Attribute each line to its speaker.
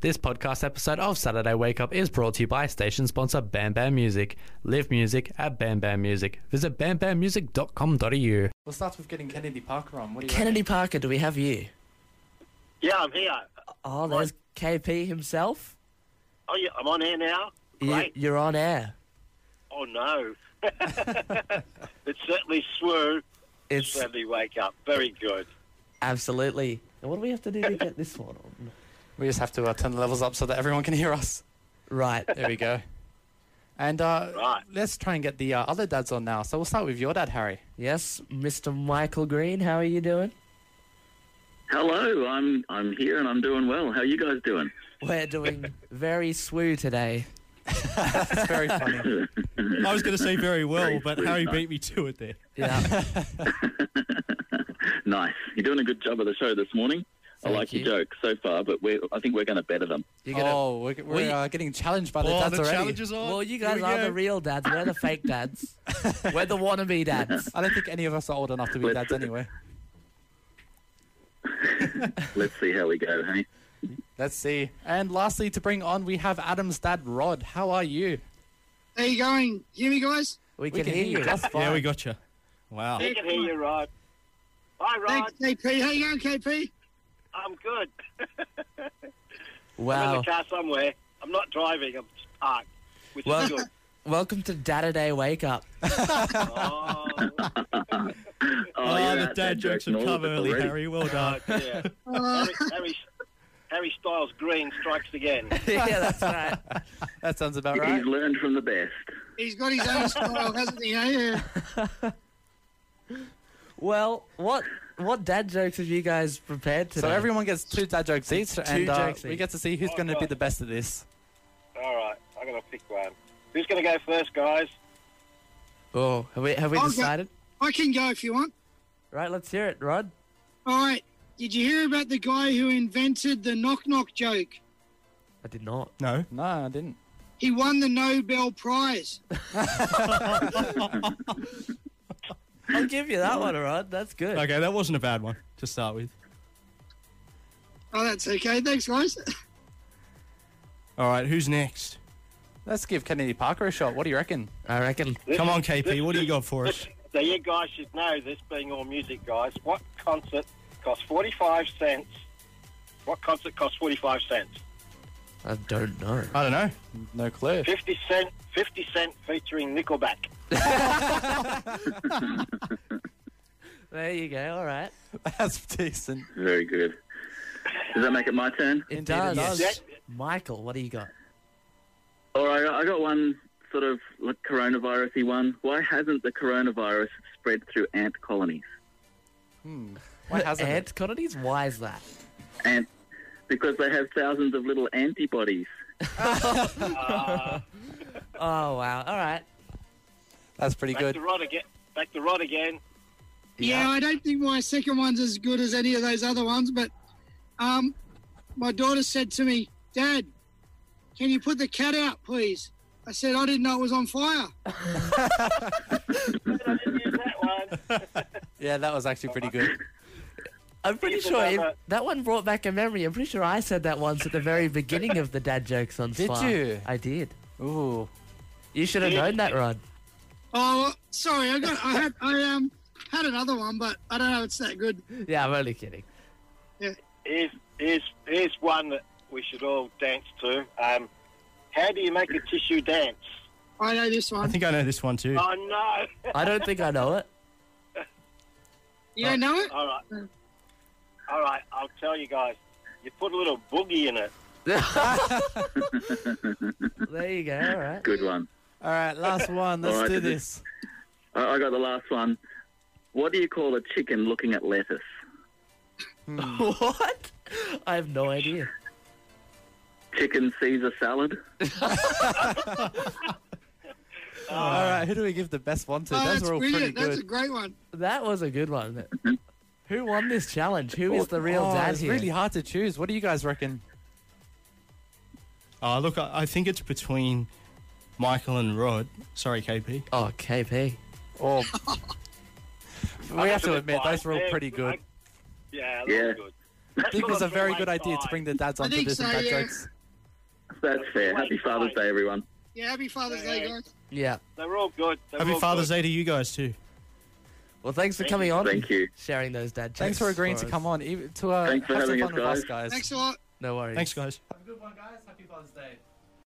Speaker 1: This podcast episode of Saturday Wake Up is brought to you by station sponsor Bam Bam Music. Live music at Bam Bam Music. Visit bambammusic.com.au.
Speaker 2: We'll start with getting Kennedy Parker on. What do you
Speaker 3: Kennedy Parker, do we have you?
Speaker 4: Yeah, I'm here.
Speaker 3: Oh, there's KP himself.
Speaker 4: Oh, yeah, I'm on air now.
Speaker 3: You,
Speaker 4: Great.
Speaker 3: you're on air.
Speaker 4: Oh, no. it certainly swoo.
Speaker 3: It's
Speaker 4: Certainly wake up. Very good.
Speaker 3: absolutely. And what do we have to do to get this one on?
Speaker 2: reckon? We just have to uh, turn the levels up so that everyone can hear us.
Speaker 3: Right.
Speaker 2: There we go. And uh,
Speaker 4: Right.
Speaker 2: let's try and get the uh, other dads on now. So we'll start with your dad, Harry.
Speaker 3: Yes, Mr. Michael Green, how are you doing?
Speaker 5: Hello, I'm I'm here and I'm doing well. How you guys doing?
Speaker 3: We're doing very swoo today.
Speaker 2: That's very funny.
Speaker 6: I was going to say very well, but
Speaker 5: sweet,
Speaker 6: Harry
Speaker 5: huh?
Speaker 6: beat me to it there.
Speaker 3: Yeah.
Speaker 5: Nice. You're doing a good job of the show this morning.
Speaker 3: Thank
Speaker 5: I like
Speaker 3: you.
Speaker 5: your jokes so far, but we I think we're going to better them.
Speaker 3: You're gonna,
Speaker 2: oh, we're, we're
Speaker 3: We-
Speaker 2: uh, getting challenged by the
Speaker 6: Oh,
Speaker 2: dads
Speaker 6: the
Speaker 2: already.
Speaker 6: challenge is on.
Speaker 3: well, you
Speaker 6: Here
Speaker 3: guys
Speaker 6: we
Speaker 3: are
Speaker 6: go.
Speaker 3: the real dads. We're the fake dads. We're the wannabe dads.
Speaker 2: I don't think any of us are old enough to be
Speaker 5: Let's-
Speaker 2: dads anyway.
Speaker 5: Let's see how we go, hey?
Speaker 2: Let's see. And lastly, to bring on, we have Adam's dad, Rod. How are you?
Speaker 7: How you going? Hear me, guys?
Speaker 3: We, can, hear, you.
Speaker 2: just fine.
Speaker 6: Yeah, we got you. Wow.
Speaker 4: I can hear you, Rod. Hi, Rod.
Speaker 7: Thanks, KP. How you going, KP?
Speaker 4: I'm good. I'm in
Speaker 3: Wow.
Speaker 4: the car somewhere. I'm not driving. I'm just parked, which
Speaker 3: Well-
Speaker 4: is good.
Speaker 3: Welcome to Dada Day Wake Up.
Speaker 4: Oh,
Speaker 5: Oh,
Speaker 6: Oh,
Speaker 5: you're
Speaker 6: the
Speaker 5: out there
Speaker 6: dad jokes
Speaker 5: joking
Speaker 6: have
Speaker 5: all
Speaker 6: come
Speaker 5: of us
Speaker 6: early,
Speaker 5: already.
Speaker 6: Harry. Well done.
Speaker 4: God, yeah. Harry, Harry, Harry Styles Green strikes again.
Speaker 3: yeah, that's right.
Speaker 2: That sounds about
Speaker 5: He's
Speaker 2: right.
Speaker 5: learned from the best.
Speaker 7: He's got his own style, hasn't he? eh? Yeah.
Speaker 3: Well, what what dad jokes have you guys prepared today?
Speaker 2: So everyone gets two dad jokes each, and uh,
Speaker 3: jokes
Speaker 2: we
Speaker 3: each.
Speaker 2: get to see who's going to be the best at this.
Speaker 4: All right, I'm going to pick one. Who's going to go first, guys?
Speaker 3: Oh, have we have we
Speaker 7: Okay.
Speaker 3: decided?
Speaker 7: I can go if you want.
Speaker 3: Right, let's hear it, Rod.
Speaker 7: All right. Did you hear about the guy who invented the knock knock joke?
Speaker 3: I did not.
Speaker 6: No.
Speaker 2: No, I didn't.
Speaker 7: He won the Nobel Prize.
Speaker 3: I'll give you that one, Rod. That's good.
Speaker 6: Okay, that wasn't a bad one to start with.
Speaker 7: Oh, that's okay. Thanks, guys.
Speaker 6: All right, who's next?
Speaker 2: Let's give Kennedy Parker a shot. What do you reckon?
Speaker 3: I reckon.
Speaker 6: Come on, KP. What do you got for us?
Speaker 4: So you guys should know this, being all music guys. What concert costs forty-five cents? What concert costs forty-five cents?
Speaker 3: I don't know.
Speaker 6: I don't know.
Speaker 2: No clue.
Speaker 4: Fifty cent, fifty cent featuring Nickelback.
Speaker 3: There you go. All right.
Speaker 2: That's decent.
Speaker 5: Very good. Does that make it my turn?
Speaker 3: It
Speaker 2: Indeed it
Speaker 3: does.
Speaker 2: does.
Speaker 4: Yes.
Speaker 3: Michael, what do you got?
Speaker 5: All right, I got one sort of like coronavirus-y one. Why hasn't the coronavirus spread through ant colonies?
Speaker 2: Why hasn't it?
Speaker 3: Ant colonies? Why is that?
Speaker 5: Ant, because they have thousands of little antibodies.
Speaker 3: Oh wow. All right.
Speaker 2: That's pretty
Speaker 4: Back
Speaker 2: good.
Speaker 4: to Rod again. Back to Rod again.
Speaker 7: Yeah, I don't think my second one's as good as any of those other ones, but um, my daughter said to me, Dad, can you put the cat out, please? I said, I didn't know it was on fire.
Speaker 4: I didn't use that one.
Speaker 2: Yeah, that was actually pretty good.
Speaker 3: I'm pretty
Speaker 4: People
Speaker 3: sure
Speaker 4: don't
Speaker 3: it-
Speaker 4: know.
Speaker 3: that one brought back a memory. I'm pretty sure I said that once at the very beginning of the dad jokes on
Speaker 2: Did
Speaker 3: Sly.
Speaker 2: you?
Speaker 3: I did.
Speaker 2: Ooh.
Speaker 3: You should have known that, Rod.
Speaker 7: Oh, sorry, I got, I had, I um, had another one, but I don't know if it's that good.
Speaker 3: Yeah, I'm only kidding.
Speaker 4: Here's, here's, here's one that we should all dance to. Um, how do you make a tissue dance?
Speaker 7: I know this
Speaker 6: I
Speaker 7: one.
Speaker 6: think I know this one too.
Speaker 4: Oh no!
Speaker 3: I don't think I know it.
Speaker 7: You don't know it?
Speaker 2: uh,
Speaker 4: All right, all right. I'll tell you guys. You put a little boogie in it.
Speaker 3: There you go. All right.
Speaker 5: Good one.
Speaker 2: All right, last one. Let's
Speaker 5: All right,
Speaker 2: do
Speaker 5: did it-
Speaker 2: this.
Speaker 5: I I got the last one. What do you call a chicken looking at lettuce?
Speaker 3: What? I have no idea.
Speaker 5: Chicken Caesar salad?
Speaker 2: All right, who do we give the best one to?
Speaker 7: Oh,
Speaker 2: Those
Speaker 7: that's
Speaker 2: were all pretty
Speaker 7: brilliant. That's a
Speaker 2: good.
Speaker 7: great one.
Speaker 3: That was a good one.
Speaker 5: Mm-hmm.
Speaker 3: Who won this challenge? Who is the real
Speaker 2: Oh,
Speaker 3: dad
Speaker 2: it's
Speaker 3: here?
Speaker 2: really hard to choose. What do you guys reckon?
Speaker 6: Uh, look, I, I think it's between Michael and Rod. Sorry, KP.
Speaker 3: oh, KP.
Speaker 2: Oh. we have to
Speaker 4: That's
Speaker 2: admit,
Speaker 4: fine.
Speaker 2: those were all
Speaker 4: Yeah,
Speaker 2: pretty good.
Speaker 4: I- yeah,
Speaker 5: Yeah.
Speaker 4: those were good.
Speaker 2: I think it was a very good idea to bring the dads onto
Speaker 7: think
Speaker 2: this and
Speaker 7: so,
Speaker 2: dad
Speaker 7: yeah.
Speaker 2: jokes.
Speaker 5: That's fair. Happy Father's Day, everyone.
Speaker 7: Yeah, happy Father's Day, guys.
Speaker 3: Yeah.
Speaker 4: They were all good. They were
Speaker 6: Happy
Speaker 4: all
Speaker 6: Father's
Speaker 4: good.
Speaker 6: Day to you guys too.
Speaker 3: Well, thanks for coming on.
Speaker 5: Thank you.
Speaker 3: Sharing those dad jokes.
Speaker 2: Thanks for agreeing to
Speaker 3: us.
Speaker 2: come on. even- To uh,
Speaker 5: Thanks for
Speaker 2: have some
Speaker 5: having
Speaker 2: fun
Speaker 5: us,
Speaker 2: with us,
Speaker 5: guys.
Speaker 2: guys.
Speaker 7: Thanks a lot.
Speaker 3: No worries.
Speaker 6: Thanks, guys.
Speaker 2: Have a good one, guys. Happy Father's Day.